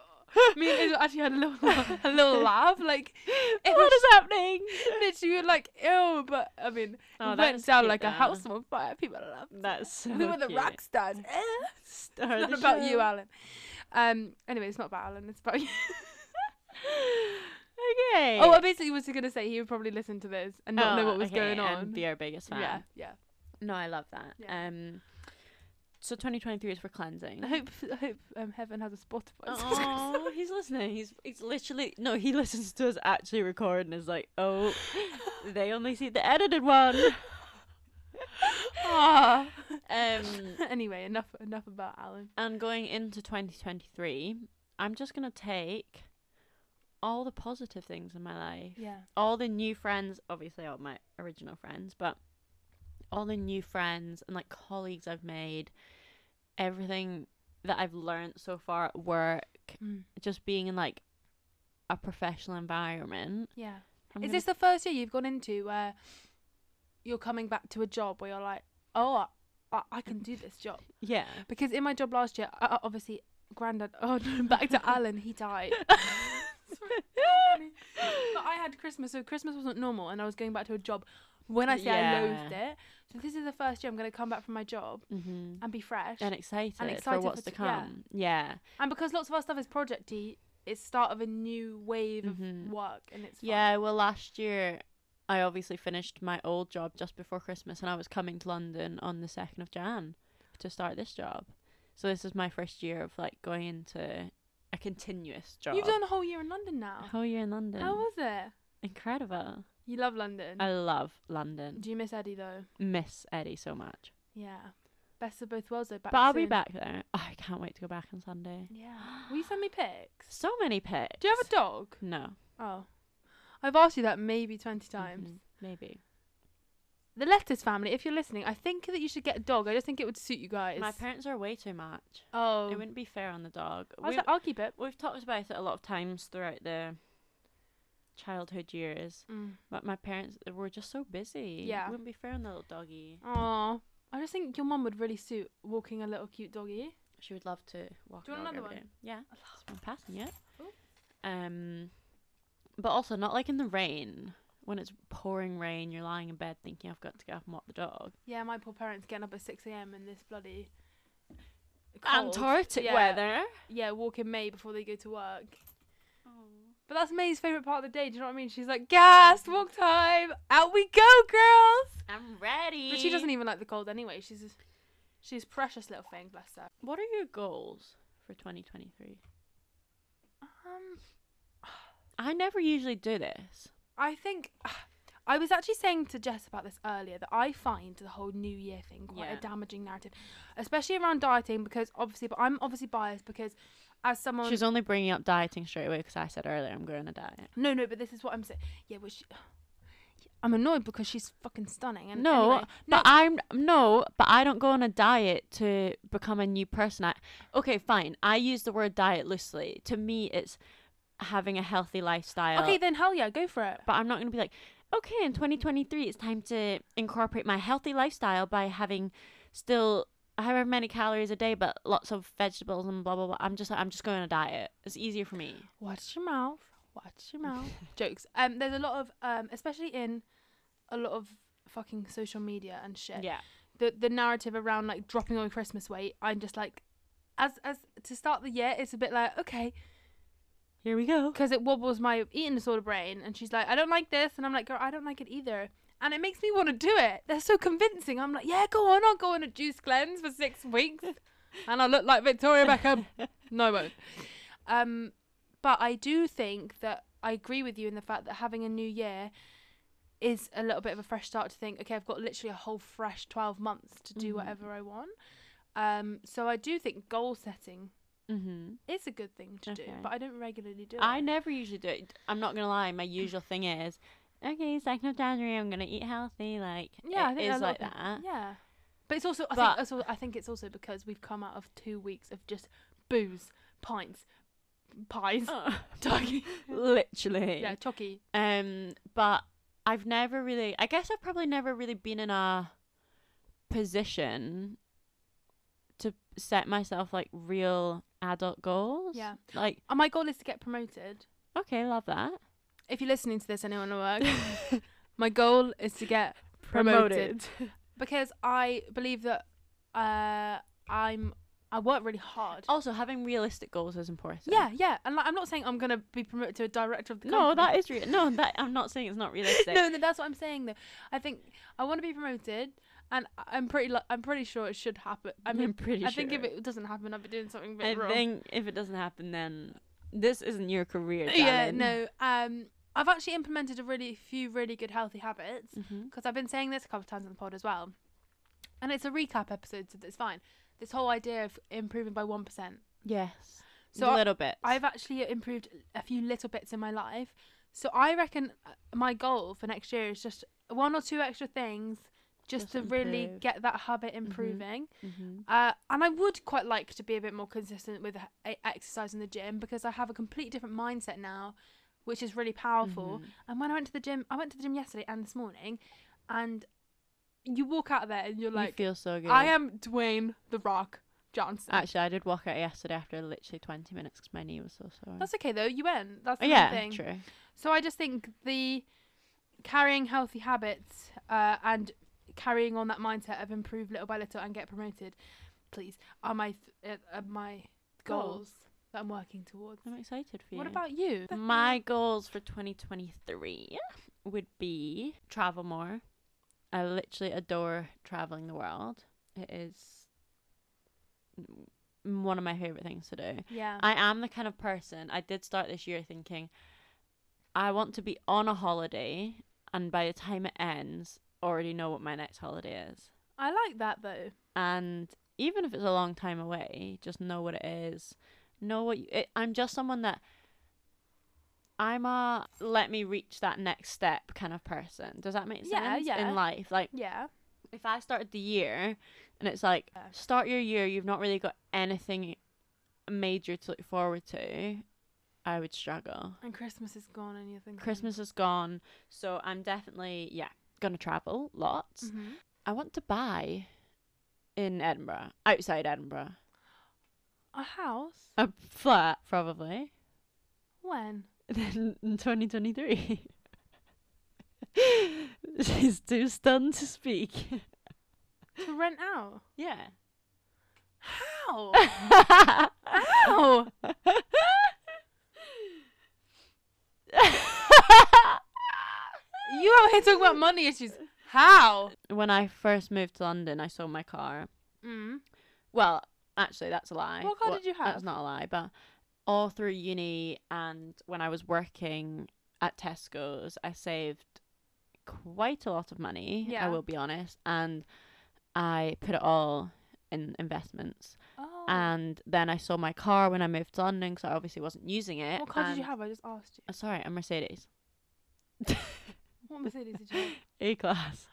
me and Izzo actually had a little, a little laugh. Like, it was what is happening? Literally, we were like, ew, but I mean, Oh, it that went is down cute, like though. a house on fire. People loved it. That's so We were the cute. rock stars. Eh, Star it's of not the about you, show. Alan. Um. Anyway, it's not about Alan. It's about you. okay. Oh, I basically was gonna say he would probably listen to this and not know Oh, what was okay, going on. And be our biggest fan. yeah, yeah. No, I love that. Yeah. Um, so 2023 is for cleansing. I hope, I hope um, heaven has a Spotify. Oh, he's listening. He's he's literally no. He listens to us actually record and is like, oh, they only see the edited one. Ah. Um, anyway, enough, enough about Alan. and going into 2023, I'm just gonna take all the positive things in my life, Yeah. all the new friends, obviously all my original friends, but all the new friends and like colleagues I've made, everything that I've learned so far at work, Mm. just being in like a professional environment. Yeah. I'm Is gonna this the first year you've gone into where you're coming back to a job where you're like, oh, I, I can do this job Yeah. because in my job last year, I, I- obviously, granddad. Oh, no, back to Alan. He died. But I had Christmas, so Christmas wasn't normal, and I was going back to a job. When I say I loathed it, so this is the first year I'm going to come back from my job mm-hmm. and be fresh. and excited, for excited what's to for t- yeah. come. Yeah, And because lots of our stuff is projecty, it's start of a new wave Mhm. of work, and it's fun. yeah. Well, last year I obviously finished my old job just before Christmas, and I was coming to London on the second of Jan to start this job. So this is my first year of like going into a continuous job. You've done a whole year in London a now. whole year in London. How was it? Incredible. You love London. I love London. Do you miss Eddie though? Miss Eddie so much. Yeah. Best of both worlds though. Back but I'll be soon. back there. Oh, I can't wait to go back on Sunday. Yeah. Will you send me pics? So many pics. Do you have a dog? No. Oh. Mm-hmm. I've asked you that maybe 20 times. Mhm. Maybe. The Letters family, if you're listening, I think that you should get a dog. I just think it would suit you guys. My parents are way too much. Oh. It wouldn't be fair on the dog. I was We, like, I'll keep it. we've talked about it a lot of times throughout the childhood years, Mm. but my parents they were just so busy. Yeah. It wouldn't be fair on the little doggy. Aw. I just think your mum would really suit walking a little cute doggy. She would love to walk. Do you a dog want another every day. Yeah. I That's one passing, yeah. Cool. Um, but also not like in the rain. When it's pouring rain, you're lying in bed thinking I've got to go up and walk the dog. Yeah, my poor parents getting up at 6 a.m. in this bloody. cold. Antarctic Yeah. weather. Yeah, walk in May before they go to work. Oh. But that's May's favourite part of the day. Do you know what I mean? She's like, gas, walk time, out we go, girls. I'm ready. But she doesn't even like the cold anyway. She's just, she's precious little thing, bless her. What are your goals for 2023? Um, I never usually do this. I think I was actually saying to Jess about this earlier that I find the whole New Year thing quite Yeah. a damaging narrative, especially around dieting because obviously, but I'm obviously biased because as someone She's only bringing up dieting straight away because I said earlier I'm going to diet. no no, but this is what I'm saying. Yeah, but she, I'm annoyed because she's fucking stunning. And No, anyway, no, But I'm no, but I don't go on a diet to become a new person. I, okay, fine. I use the word diet loosely. To me, it's having a healthy lifestyle. okay then hell yeah, go for it. but I'm not going to be like, okay, in 2023, it's time to incorporate my healthy lifestyle by having still however many calories a day, but lots of vegetables and blah blah blah. I'm just like, I'm just going on a diet. It's easier for me. Watch your mouth. Watch your mouth. Jokes. Um, there's a lot of um, especially in a lot of fucking social media and shit. Yeah. The the narrative around like dropping on Christmas weight. I'm just like, as as to start the year, it's a bit like okay, Here we go. because it wobbles my eating disorder brain, and she's like, I don't like this, and I'm like, girl, I don't like it either. And it makes me want to do it. They're so convincing. I'm like, yeah, go on. I'll go on a juice cleanse for six weeks, and I'll look like Victoria Beckham. No, I won't. Um, but I do think that I agree with you in the fact that having a new year is a little bit of a fresh start to think, okay, I've got literally a whole fresh 12 months to do Mhm. whatever I want. Um, so I do think goal setting hmm is a good thing to do, Okay. but I don't regularly do I it. never usually do it. I'm not gonna lie. My usual thing is, okay, second of January, I'm gonna eat healthy. Like, Yeah, it I think is a lot like of that. people- Yeah. But it's also I, But- think, also, I think it's also because we've come out of two weeks of just booze, pints, pies, Oh. doggy. Literally. yeah, chocky. Um, but I've never really. I guess I've probably never really been in a position to set myself like real adult goals. Yeah. Like, And my goal is to get promoted. okay, love that. If you're listening to this, anyone at work, my goal is to get Promoted. because I believe that uh, I'm I work really hard. Also, having realistic goals is important. Yeah, yeah, and like, I'm not saying I'm gonna be promoted to a director of the No, company. that is real. No, that I'm not saying it's not realistic. no, no, that's what I'm saying though. I think I want to be promoted, and I- I'm pretty li- I'm pretty sure it should happen. I I'm mean, pretty I sure. think if it doesn't happen, I'll be doing something a bit I wrong. think if it doesn't happen, then this isn't your career. yeah, darling. no. Um, I've actually implemented a really few really good healthy habits. Mhm. because I've been saying this a couple of times on the pod as well, and it's a recap episode, so that's fine. This whole idea of improving by one percent. Yes. So a I- little bit. I've actually improved a few little bits in my life, so I reckon uh, my goal for next year is just one or two extra things, Just just, to really improve. Mm-hmm. get that habit improving. hmm Uh, and I would quite like to be a bit more consistent with uh, exercise in the gym because I have a completely different mindset now, which Mm-hmm. is really powerful. And when I went to the gym, I went to the gym yesterday and this morning, and you walk out of there and you're you like, feel so good. I am Dwayne the Rock Johnson. Actually, I did walk out yesterday after literally 20 minutes because my knee was so sore. That's okay though. You went. That's Oh, the yeah, main thing. true. So I just think the carrying healthy habits uh, and carrying on that mindset of improve little by little and get promoted, please, are my th- uh, are my goals, Goals. that I'm working towards. I'm excited for you. What about you? my goals for 2023 would be travel more. I literally adore traveling the world. It is m- one of my favorite things to do. yeah. I am the kind of person I did start this year thinking I want to be on a holiday and by the time it ends already know what my next holiday is. I like that though. And even if it's a long time away, just know what it is. Know what you, it, I'm just someone that I'm a let me reach that next step kind of person. Does that make sense? Yeah, yeah. In life, like Yeah. if I started the year and it's like Yeah. start your year, you've not really got anything major to look forward to, I would struggle. And Christmas is gone and you're thinking Christmas is gone, so I'm definitely yeah gonna travel lots. Mhm. I want to buy in Edinburgh, outside Edinburgh, A house? a flat probably When? in 2023. She's too stunned to speak. To rent out? Yeah. How? Ow! you out here talking about money issues. How? when I first moved to London, I sold my car. Mm. Well, actually, that's a lie. What car Well, did you That's have? not a lie, but all through uni and when I was working at Tesco's, I saved quite a lot of money. Yeah. I will be honest, and I put it all in investments. Oh. And then I sold my car when I moved to London because I obviously wasn't using it. what car did you Eh, and- have? I just asked you. Oh, sorry, a Mercedes. What Mercedes did you have? A class.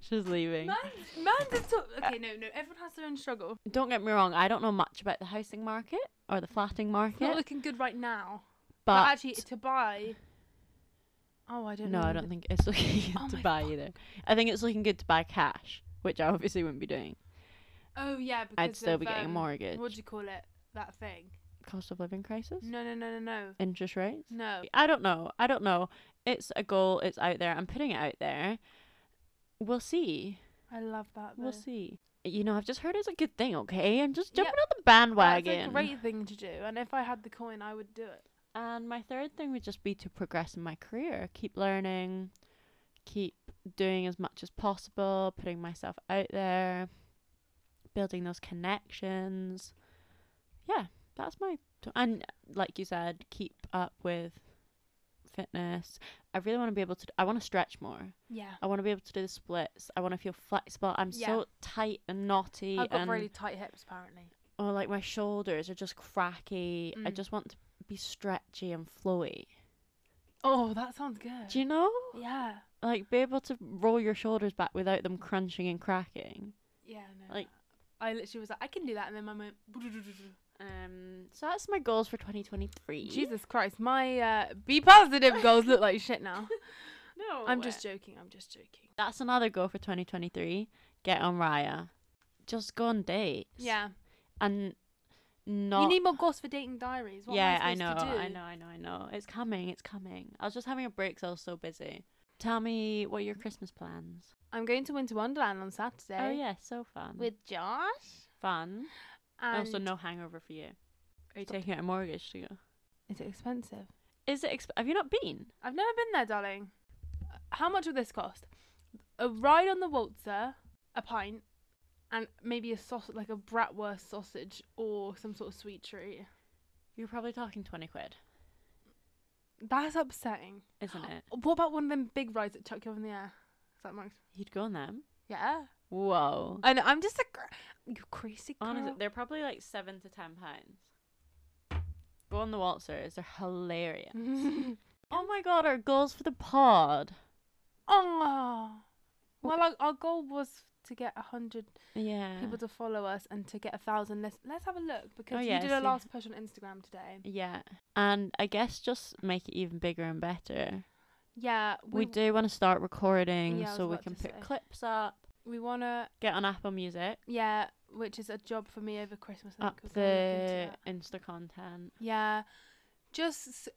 She's leaving. Man, man just talk- Okay, no, no. Everyone has their own struggle. Don't get me wrong, I don't know much about the housing market or the flatting It's market, Not looking good right now. But, but actually, to buy. Oh, I don't no, know. I don't think it's looking good Oh to my buy either. I think it's looking good to buy cash, which I obviously wouldn't be doing. Oh yeah, because I'd still of, be getting a um, mortgage. What do you call it? That thing? Cost of living crisis, No, no, no, no, no, interest rates. no. I don't know. I don't know. It's a goal. It's out there. I'm putting it out there. We'll see. I love that. Though. We'll see. You know, I've just heard it's a good thing. Okay, I'm just Yep. jumping on the That's bandwagon. a great thing to do, and if I had the coin, I would do it. And my third thing would just be to progress in my career, keep learning, keep doing as much as possible, putting myself out there, building those connections. Yeah, that's my t- and uh, like you said, keep up with fitness. I really want to be able to I want to stretch more. Yeah. I want to be able to do the splits. I want to feel flexible. I'm Yeah. so tight and knotty I've got and really tight hips, apparently. or like my shoulders are just cracky. I Mm. just want to be stretchy and flowy. Oh, that sounds good. Do you know? yeah. Like, be able to roll your shoulders back without them crunching and cracking. Yeah. No. Like- I literally was like, I can do that, and then my mind. Um, so that's my goals for 2023. Jesus Christ, my uh, be positive goals look like shit now. no. I'm just joking. I'm just joking. That's another goal for 2023. Get on Raya. Just go on dates. Yeah. And not. you need more goals for dating diaries. What yeah, am I, I know, supposed to do? I know, I know, I know. It's coming, it's coming. I was just having a break 'cause I was so busy. Tell me what are your Christmas plans? I'm going to Winter Wonderland on Saturday. Oh, yeah, so fun. With Josh. fun. And also, Oh, no hangover for you. Are you taking out a mortgage to go? Is it expensive? Is it? Exp- have you not been? I've never been there, darling. How much will this cost? A ride on the Waltzer, a pint, and maybe a sausage, like a bratwurst sausage or some sort of sweet treat. You're probably talking 20 quid, That's upsetting. isn't it? What about one of them big rides that chuck you up in the air? Is that Max? You'd go on them. Yeah. Whoa. I know. I'm just a gr- you crazy girl. Honestly, they're probably like 7 to 10 pounds. Go on the waltzers. They're hilarious. oh my god, our goals for the pod. oh. Well, our, our goal was to get a hundred Yeah. people to follow us and to get a thousand. Let's let's have a look because Oh, you yeah, did I a see. last push on Instagram today. yeah. And I guess just make it even bigger and better. Yeah, We, do want to start recording Yeah, I was so we about can to put say. clips up, we wanna get on Apple Music, yeah, which is a job for me over Christmas. I up think, 'cause I'm gonna look into the that. Insta content. Yeah, just s-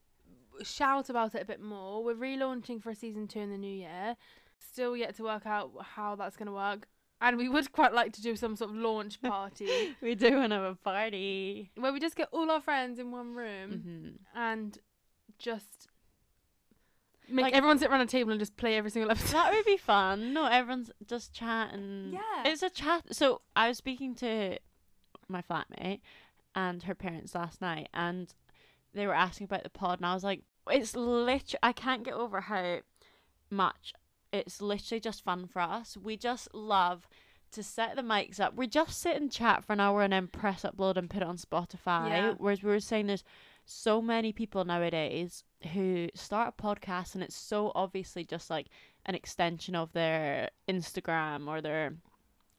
shout about it a bit more. We're relaunching for a season two in the new year. Still yet to work out how that's going to work. And we would quite like to do some sort of launch party We do want to have a party. where we just get all our friends in one room hmm and just make Like- everyone sit around a table and just play every single episode. That would be fun. No, everyone's just chatting. Yeah. It's a chat. So I was speaking to my flatmate and her parents last night, and they were asking about the pod, and I was like, it's literally, I can't get over how much it's literally just fun for us. We just love to set the mics up. We just sit and chat for an hour and then press upload and put it on Spotify. Yeah. Whereas we were saying there's so many people nowadays who start a podcast and it's so obviously just like an extension of their Instagram or their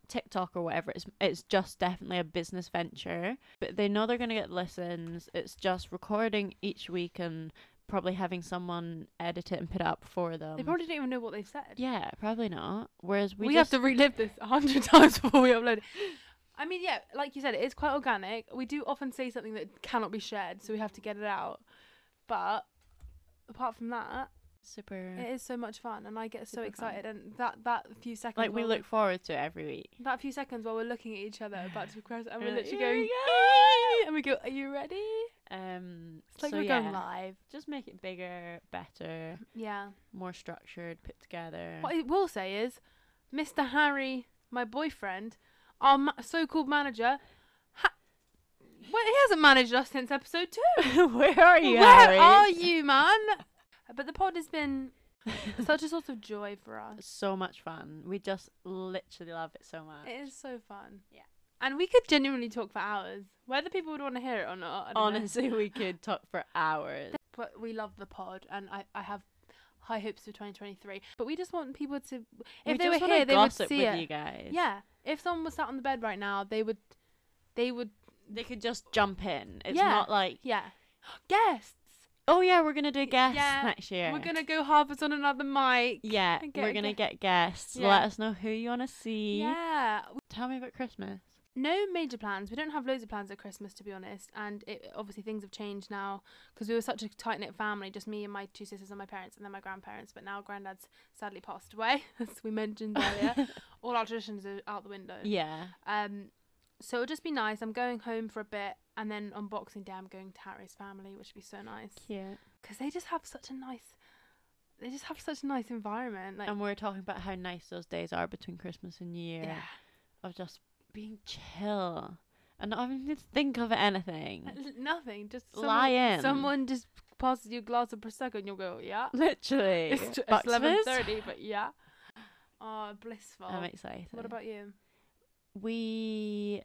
TikTok or whatever. It's it's just definitely a business venture. But they know they're gonna get listens. It's just recording each week and probably having someone edit it and put it up for them. they probably don't even know what they've said. yeah, probably not. Whereas we, we, just, have to relive this a hundred times before we upload it. I mean, yeah, like you said, it is quite organic. We do often say something that cannot be shared, so we have to get it out. But apart from that, super it is so much fun, and I get so Super fun. excited. And that that few seconds, like we while look forward to it every week. that few seconds while we're looking at each other about to cross, and We're we're like, literally "Here going, we "Yay!" and we go, "Are you ready?" Um, It's like so we're yeah, going live. just make it bigger, better, Yeah. more structured, put together. What I will say is, Mr. Harry, my boyfriend, our ma- so-called manager, ha- well, he hasn't managed us since episode two. Where are you? Where Harry? are you, man? But the pod has been such a source of joy for us. so much fun. We just literally love it so much. It is so fun. Yeah. And we could genuinely talk for hours, whether people would want to hear it or not. I don't know. Honestly, we could talk for hours. But we love the pod, and I, I have high hopes for 2023. But we just want people to, if we they just were wanna here, they would gossip see with it. you guys. Yeah. If someone was sat on the bed right now, they would, they would, They could just jump in. It's Yeah. not like, yeah. Guests. oh yeah, we're gonna do guests Yeah, next year. We're gonna go harvest on another mic. yeah, get we're a gonna get guests. Yeah. Let us know who you wanna see. Yeah. Tell me about Christmas. no major plans. We don't have loads of plans at Christmas, to be honest. And it, obviously, things have changed now because we were such a tight knit family just me and my two sisters and my parents, and then my grandparents. But now, granddad's sadly passed away, as we mentioned earlier. All our traditions are out the window. yeah. Um, so it'll just be nice. I'm going home for a bit, and then on Boxing Day, I'm going to Harry's family, which would be so nice Cute. because they just have such a nice. They just have such a nice environment. Like, And we are talking about how nice those days are between Christmas and New Year yeah. of just being chill and not having to think of anything. Nothing, just Lie in. someone, someone just passes you a glass of prosecco and you'll go, yeah. Literally. It's, ju- it's Bucks of eleven us. thirty, but yeah. Oh, blissful. I'm excited. what about you? we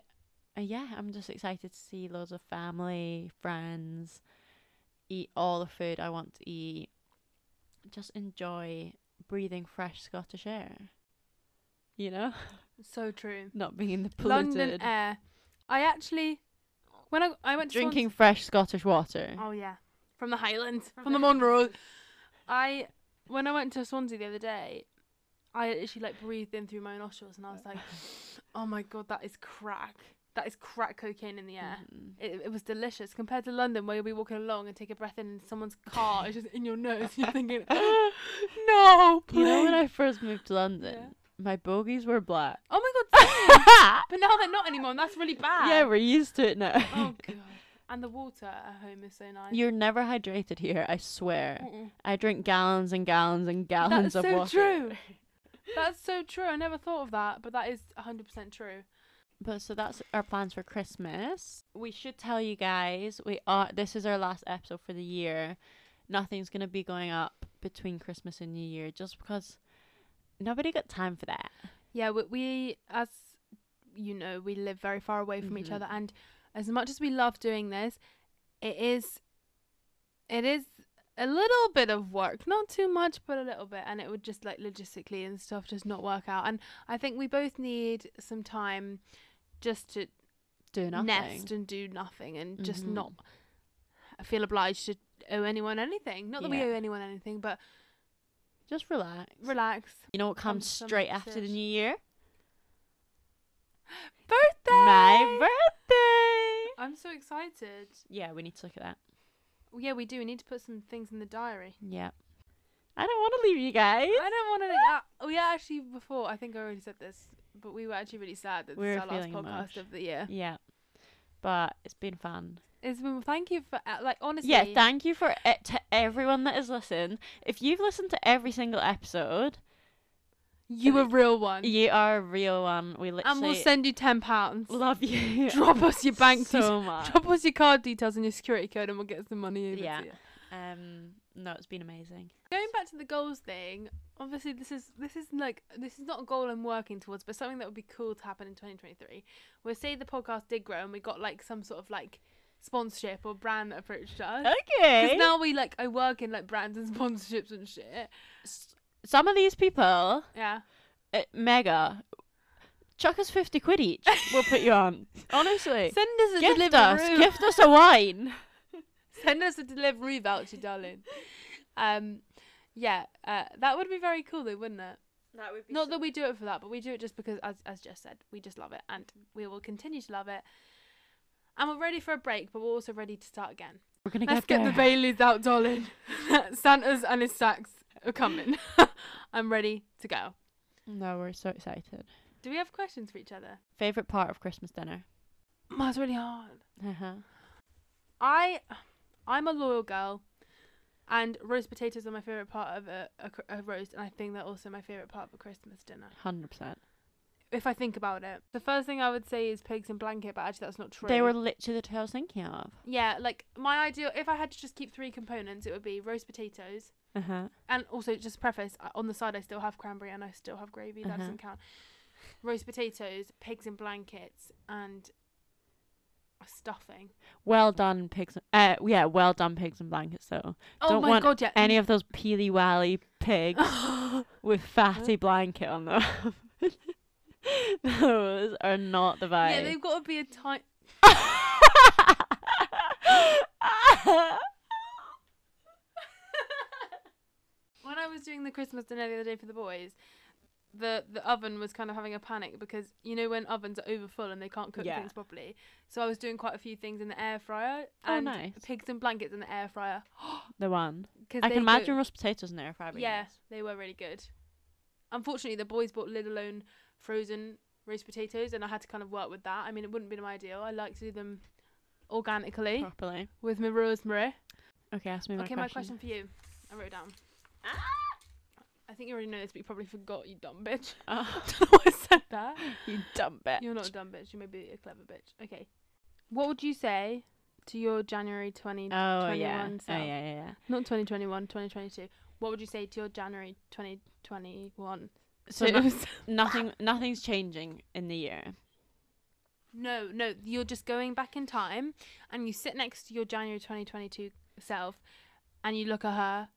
uh, yeah i'm just excited to see loads of family friends eat all the food i want to eat just enjoy breathing fresh scottish air you know So true. not being in the polluted London air. I actually, when I I went to drinking fresh scottish water Swansea, oh yeah, from the Highlands, from the Monroe. I when I went to Swansea the other day, I actually like breathed in through my nostrils and I was like, oh my god, that is crack. That is crack cocaine in the air. Mhm. It, it was delicious compared to London, where you'll be walking along and take a breath in, and someone's car is just in your nose. You're thinking, "Oh, no, please. you know when i first moved to london Yeah. my bogies were black Oh my god. same. but now they're not anymore, and that's really bad. yeah we're used to it now Oh god. And the water at home is so nice. you're never hydrated here i swear Mm-mm. i drink gallons and gallons and gallons That's of so water true. That's so true. I never thought of that, but that is 100% true. But so that's our plans for Christmas. We should tell you guys we are this is our last episode for the year. Nothing's gonna be going up between Christmas and New Year just because nobody got time for that. Yeah, we, we as you know, we live very far away from each Mhm. other, and as much as we love doing this, it is, it is a little bit of work, not too much, but a little bit, and it would just like logistically and stuff just not work out. And I think we both need some time just to Do nothing. nest and do nothing and just Mhm. not feel obliged to owe anyone anything. Not that Yeah. we owe anyone anything, but Just relax. Relax. You know what comes straight after the Consumption. new year? Birthday. My birthday. I'm so excited. Yeah, we need to look at that. Well, Yeah, we do. We need to put some things in the diary. Yeah. I don't want to leave you guys. I don't want to. Uh, we actually before I think I already said this, but we were actually really sad that We this is were our last feeling podcast emotion- of the year. Yeah. But it's been fun. It's been thank you for uh, like honestly. Yeah, thank you for it to everyone that has listened. If you've listened to every single episode, you a real one, you are a real one. We literally and we'll send you ten pounds. love you. Drop us your bank details. so much. Drop us your card details and your security code, and we'll get some money. Over Yeah. To you. Um, no, it's been amazing. Going back to the goals thing, obviously this is this is like this is not a goal I'm working towards, but something that would be cool to happen in 2023. Where say the podcast did grow and we got like some sort of like sponsorship or brand that approached us. Okay. Because now we like I work in like brands and sponsorships and shit. S- some of these people, Yeah. uh, mega, chuck us fifty quid each. we'll put you on. Honestly, Send us a gift delivery. us, gift us a wine. Send us a delivery voucher, darling. Um, yeah, uh, that would be very cool though, wouldn't it? That would Not that we do it for that, but we do it just because, as as Jess said, we just love it and we will continue to love it. And we're ready for a break, but we're also ready to start again. We're gonna Let's get, get the there. Baileys out, darling. Santa's and his sacks are coming. I'm ready to go. No, we're so excited. Do we have questions for each other? Favorite part of Christmas dinner. That's really hard. Uh huh. I, I'm a loyal girl, and roast potatoes are my favorite part of a, a, cr- a roast, and I think they're also my favorite part of a Christmas dinner. Hundred percent. If I think about it, the first thing I would say is pigs in blanket, but actually that's not true. They were literally the two I was thinking of. yeah, like my ideal. If I had to just keep three components, it would be roast potatoes, Uh huh. and also just preface I- on the side I still have cranberry and I still have gravy that Uh-huh. doesn't count roast potatoes pigs in blankets and a stuffing Well done, pigs. Uh, yeah, well done, pigs and blankets. Though oh Don't my want god yeah any of those peely wally pigs with fatty blanket on them. those are not the vibe. yeah they've got to be a tight when I was doing the Christmas dinner the other day for the boys the the oven was kind of having a panic because you know when ovens are overfull and they can't cook Yeah. things properly so I was doing quite a few things in the air fryer Oh, and nice. pigs in blankets in the air fryer the one. 'cause I can they go- imagine roast potatoes in there if I were Yeah, honest. they were really good. Unfortunately, the boys bought little alone frozen roast potatoes, and I had to kind of work with that. I mean, it wouldn't be my ideal. I like to do them organically Properly. with my rosemary. Okay, ask me my okay, question. Ah! my question for you. I wrote it down. I think you already know this, but you probably forgot. You dumb bitch. Oh, I don't know why I said that. you dumb bitch. You're not a dumb bitch. You may be a clever bitch. Okay. What would you say to your January 20, Oh yeah. 21 Oh self. yeah, yeah, yeah. not 2021, 2022? What would you say to your January 2021? So no- nothing, nothing's changing in the year. No, no, you're just going back in time and you sit next to your January 2022 self and you look at her.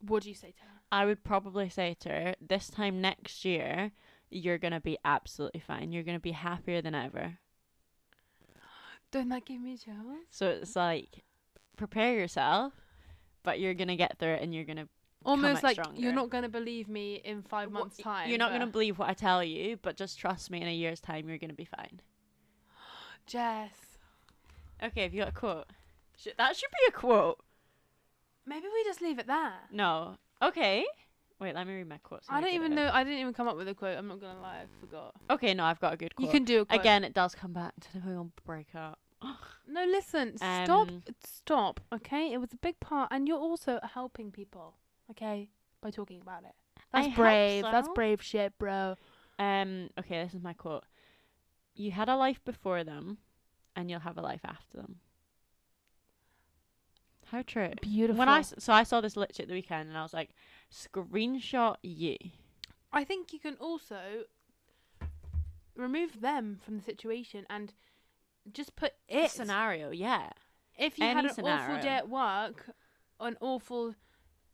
What do you say to her? I would probably say to her, this time next year, you're going to be absolutely fine. You're going to be happier than ever. Don't that give me chills? So it's like, prepare yourself, but you're going to get through it and you're going to. Almost out like stronger. you're not going to believe me in five months' time. You're not going to but- believe what I tell you, but just trust me in a year's time, you're going to be fine. Jess. Okay, have you got a quote? Sh- that should be a quote. Maybe we just leave it there. No. Okay. Wait, let me read my quote. so I we don't get even it. know. I didn't even come up with a quote. I'm not going to lie. I forgot. Okay, no, I've got a good quote. You can do a quote. Again, it does come back to the whole break up. No, listen. Stop. Um, Stop. Okay? It was a big part. And you're also helping people. Okay? By talking about it. I That's hope brave. That's so. brave shit, bro. Um, okay, this is my quote. You had a life before them, and you'll have a life after them. How true. Beautiful. When I s- so I saw this literally at the weekend, and I was like, screenshot you. I think you can also remove them from the situation and just put it. scenario, yeah. If you had any an awful scenario. day at work, an awful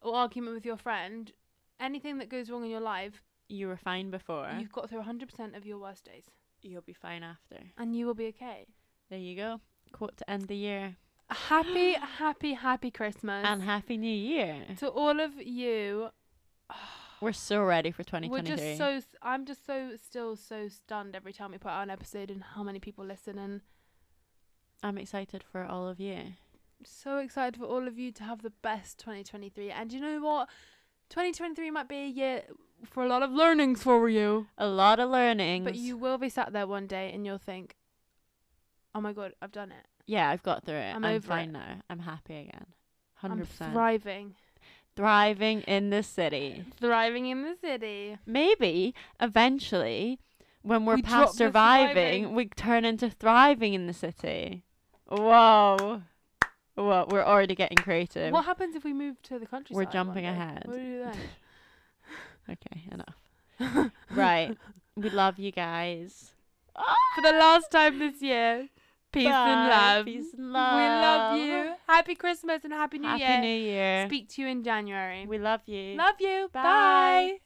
argument with your friend, anything that goes wrong in your life, You were fine before. you've got through 100% of your worst days You'll be fine after. and you will be okay. There you go. Quote to end the year Happy, happy, happy Christmas. and happy New Year. to all of you We're so ready for We're just 2023. so. s- I'm just so still so stunned every time we put out an episode and how many people listen and I'm excited for all of you. so excited for all of you to have the best 2023. And you know what? 2023 might be a year for a lot of learnings for you, A lot of learnings. but you will be sat there one day and you'll think, "Oh my god, I've done it. Yeah, I've got through it. I'm I'm, over fine now. I'm happy again. 100%. I'm thriving, Thriving in the city. thriving in the city." Maybe eventually, when we're We drop past the surviving, surviving. we turn into thriving in the city. Whoa. Whoa, we're already getting creative. what happens if we move to the countryside? one jumping day? ahead. What do we do then? Okay, enough. right. We love you guys. For the last time this year, peace and Bye. love. Peace and We love love. you. Happy Christmas and happy New Happy Year. New Year. Speak to you in January. we love you. love you. Bye. Bye.